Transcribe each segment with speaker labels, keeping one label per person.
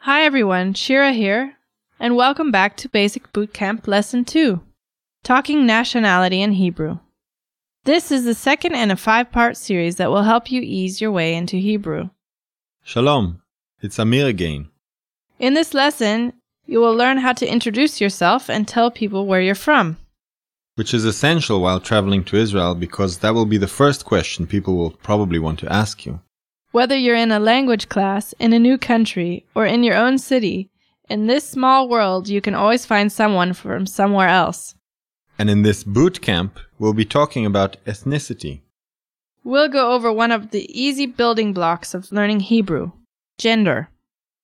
Speaker 1: Hi everyone, Shira here, and welcome back to Basic Bootcamp Lesson 2 Talking Nationality in Hebrew. This is the second in a five part series that will help you ease your way into Hebrew.
Speaker 2: Shalom, it's Amir again.
Speaker 1: In this lesson, you will learn how to introduce yourself and tell people where you're from.
Speaker 2: Which is essential while traveling to Israel because that will be the first question people will probably want to ask you.
Speaker 1: Whether you're in a language class, in a new country, or in your own city, in this small world, you can always find someone from somewhere else.
Speaker 2: And in this boot camp, we'll be talking about ethnicity.
Speaker 1: We'll go over one of the easy building blocks of learning Hebrew gender.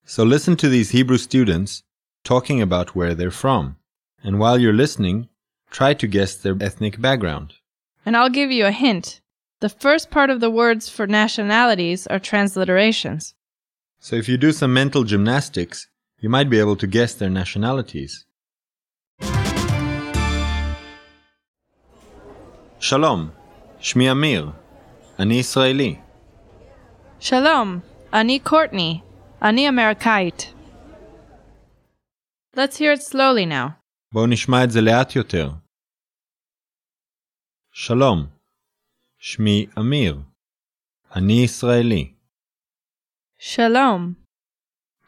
Speaker 2: So listen to these Hebrew students talking about where they're from. And while you're listening, try to guess their ethnic background.
Speaker 1: And I'll give you a hint. The first part of the words for nationalities are transliterations.
Speaker 2: So if you do some mental gymnastics, you might be able to guess their nationalities. Shalom, שמי אמיר, אני ישראלי.
Speaker 1: Shalom, Ani Courtney, Ani Amerikait. Let's hear it slowly now.
Speaker 2: בואו נשמע את זה לאט יותר. שלום, שמי אמיר, אני ישראלי.
Speaker 1: Shalom,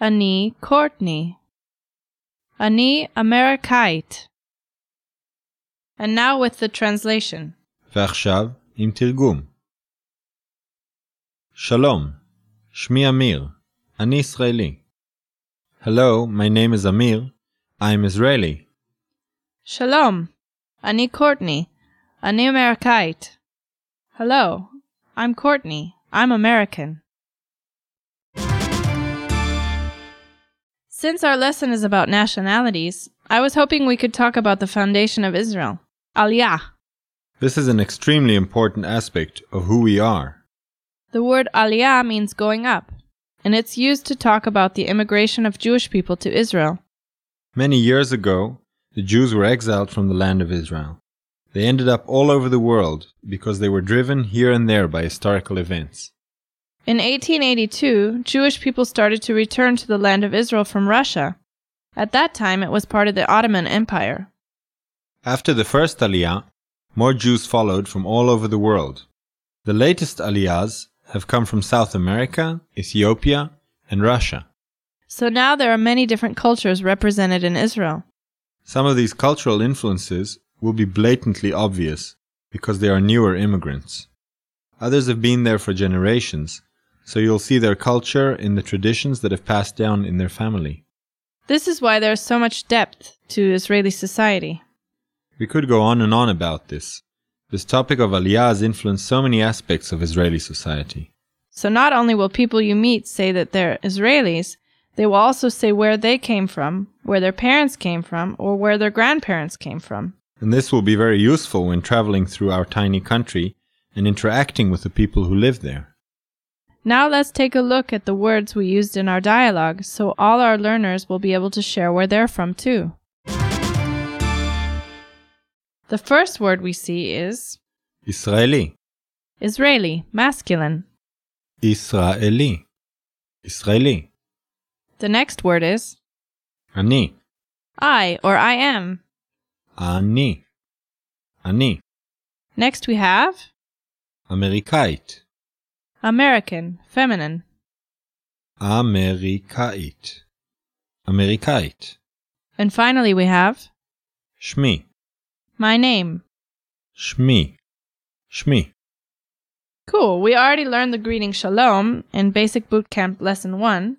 Speaker 1: Ani Courtney, Ani Amerikait. And now with the translation.
Speaker 2: ועכשיו עם תרגום. שלום, שמי אמיר, אני ישראלי. Hello, my name is Amir. I'm Israeli.
Speaker 1: Shalom, Ani Courtney, Ani Amerikait. Hello, I'm Courtney. I'm American. Since our lesson is about nationalities, I was hoping we could talk about the foundation of Israel, Aliyah.
Speaker 2: This is an extremely important aspect of who we are.
Speaker 1: The word Aliyah means going up, and it's used to talk about the immigration of Jewish people to Israel.
Speaker 2: Many years ago, the Jews were exiled from the land of Israel. They ended up all over the world because they were driven here and there by historical events.
Speaker 1: In 1882, Jewish people started to return to the land of Israel from Russia. At that time, it was part of the Ottoman Empire.
Speaker 2: After the first Aliyah, more Jews followed from all over the world. The latest Aliyahs have come from South America, Ethiopia, and Russia.
Speaker 1: So now there are many different cultures represented in Israel.
Speaker 2: Some of these cultural influences will be blatantly obvious because they are newer immigrants. Others have been there for generations, so you'll see their culture in the traditions that have passed down in their family.
Speaker 1: This is why there is so much depth to Israeli society.
Speaker 2: We could go on and on about this. This topic of Aliyah has influenced so many aspects of Israeli society.
Speaker 1: So not only will people you meet say that they're Israelis, they will also say where they came from, where their parents came from, or where their grandparents came from.
Speaker 2: And this will be very useful when traveling through our tiny country and interacting with the people who live there.
Speaker 1: Now let's take a look at the words we used in our dialogue so all our learners will be able to share where they're from too. The first word we see is
Speaker 2: Israeli.
Speaker 1: Israeli, masculine.
Speaker 2: Israeli. Israeli.
Speaker 1: The next word is
Speaker 2: Ani.
Speaker 1: I or I am.
Speaker 2: Ani. Ani.
Speaker 1: Next we have
Speaker 2: Amerikait.
Speaker 1: American, feminine.
Speaker 2: Amerikait. Amerikait.
Speaker 1: And finally we have
Speaker 2: Shmi.
Speaker 1: my name.
Speaker 2: Shmi. Shmi.
Speaker 1: Cool, we already learned the greeting shalom in Basic Bootcamp Lesson 1.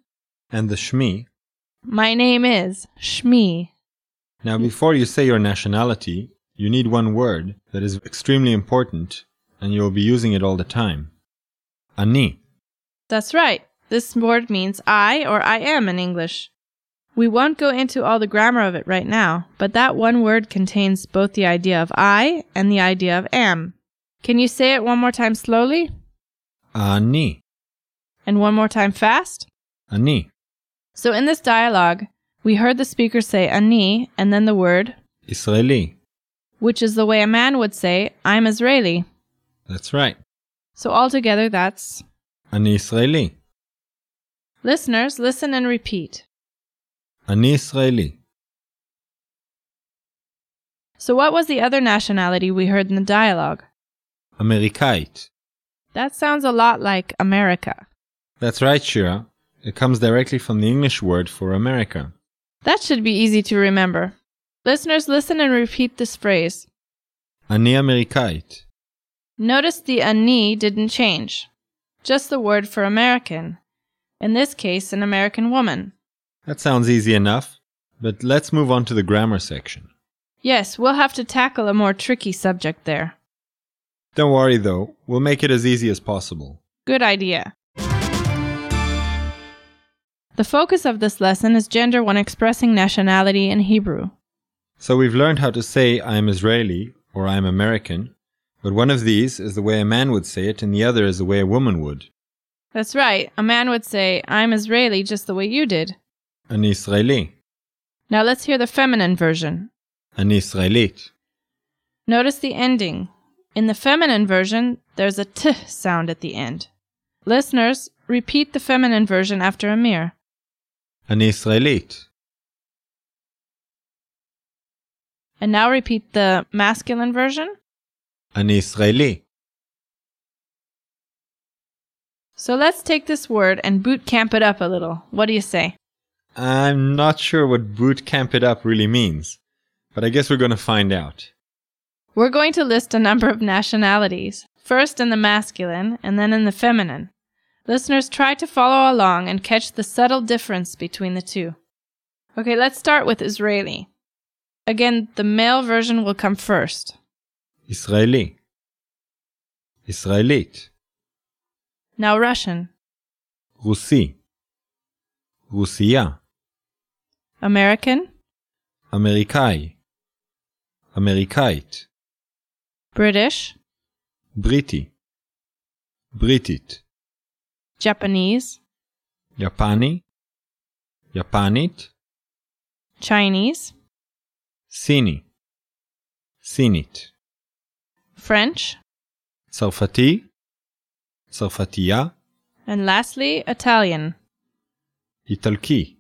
Speaker 2: And the Shmi.
Speaker 1: My name is Shmi.
Speaker 2: Now, before you say your nationality, you need one word that is extremely important and you'll be using it all the time. Ani.
Speaker 1: That's right. This word means I or I am in English. We won't go into all the grammar of it right now, but that one word contains both the idea of I and the idea of am. Can you say it one more time slowly
Speaker 2: Ani.
Speaker 1: and one more time fast?
Speaker 2: Ani.
Speaker 1: So in this dialogue, we heard the speaker say ani and then the word,
Speaker 2: Israeli.
Speaker 1: which is the way a man would say, I'm Israeli.
Speaker 2: That's right.
Speaker 1: So altogether, that's.
Speaker 2: Ani Israeli.
Speaker 1: Listeners, listen and repeat.
Speaker 2: אני ישראלי.
Speaker 1: So, what was the other nationality we heard in the dialogue?
Speaker 2: אמריקאית.
Speaker 1: That sounds a lot like America.
Speaker 2: That's right, Shira. It comes directly from the English word for America.
Speaker 1: That should be easy to remember. Listeners, listen and repeat this phrase.
Speaker 2: אני אמריקאית.
Speaker 1: Notice the ani didn't change, just the word for American. In this case, an American woman.
Speaker 2: That sounds easy enough, but let's move on to the grammar section.
Speaker 1: Yes, we'll have to tackle a more tricky subject there.
Speaker 2: Don't worry though, we'll make it as easy as possible.
Speaker 1: Good idea. The focus of this lesson is gender when expressing nationality in Hebrew.
Speaker 2: So we've learned how to say I am Israeli or I am American, but one of these is the way a man would say it and the other is the way a woman would.
Speaker 1: That's right, a man would say, I'm Israeli just the way you did.
Speaker 2: An Israeli,
Speaker 1: Now let's hear the feminine version.
Speaker 2: an Israelit.
Speaker 1: Notice the ending. In the feminine version, there's a t sound at the end. Listeners, repeat the feminine version after Amir.
Speaker 2: An Israelit,
Speaker 1: And now repeat the masculine version.
Speaker 2: an Israeli,
Speaker 1: So let's take this word and boot camp it up a little. What do you say?
Speaker 2: I'm not sure what boot camp it up really means, but I guess we're going to find out.
Speaker 1: We're going to list a number of nationalities, first in the masculine and then in the feminine. Listeners, try to follow along and catch the subtle difference between the two. Okay, let's start with Israeli. Again, the male version will come first.
Speaker 2: Israeli, Israelit,
Speaker 1: Now, Russian,
Speaker 2: Russi, Russia,
Speaker 1: American,
Speaker 2: Amerikai, Amerikait,
Speaker 1: British,
Speaker 2: Briti, Britit,
Speaker 1: Japanese,
Speaker 2: Japani, Japanit,
Speaker 1: Chinese,
Speaker 2: Sini, Sinit,
Speaker 1: French,
Speaker 2: Tsarfati, Tsarfatiya,
Speaker 1: and lastly, Italian.
Speaker 2: Italki,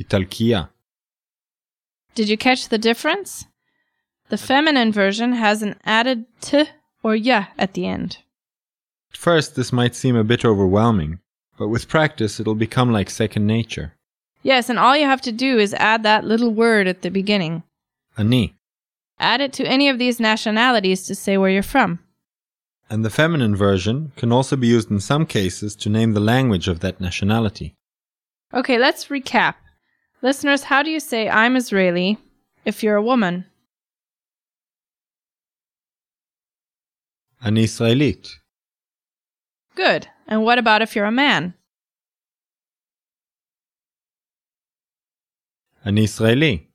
Speaker 2: Italkiya.
Speaker 1: Did you catch the difference? The feminine version has an added t or ya at the end.
Speaker 2: At first, this might seem a bit overwhelming, but with practice, it'll become like second nature.
Speaker 1: Yes, and all you have to do is add that little word at the beginning.
Speaker 2: Ani.
Speaker 1: Add it to any of these nationalities to say where you're from.
Speaker 2: And the feminine version can also be used in some cases to name the language of that nationality.
Speaker 1: Okay, let's recap. Listeners, how do you say I'm Israeli if you're a woman?
Speaker 2: An Israelit.
Speaker 1: Good. And what about if you're a man?
Speaker 2: An Israeli.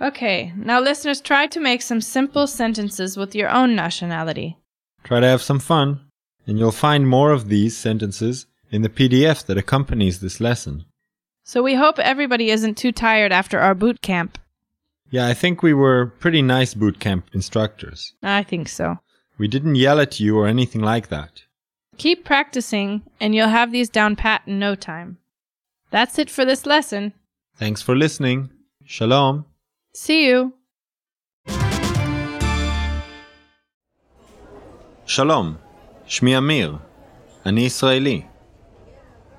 Speaker 1: Okay, now listeners, try to make some simple sentences with your own nationality.
Speaker 2: Try to have some fun, and you'll find more of these sentences in the PDF that accompanies this lesson.
Speaker 1: So we hope everybody isn't too tired after our boot camp.
Speaker 2: Yeah, I think we were pretty nice boot camp instructors.
Speaker 1: I think so.
Speaker 2: We didn't yell at you or anything like that.
Speaker 1: Keep practicing, and you'll have these down pat in no time. That's it for this lesson.
Speaker 2: Thanks for listening. Shalom.
Speaker 1: See you.
Speaker 2: שלום, שמי אמיר, אני ישראלי.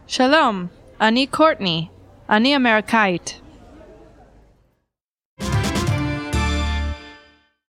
Speaker 1: Shalom. Ani Courtney. Ani Amerikait.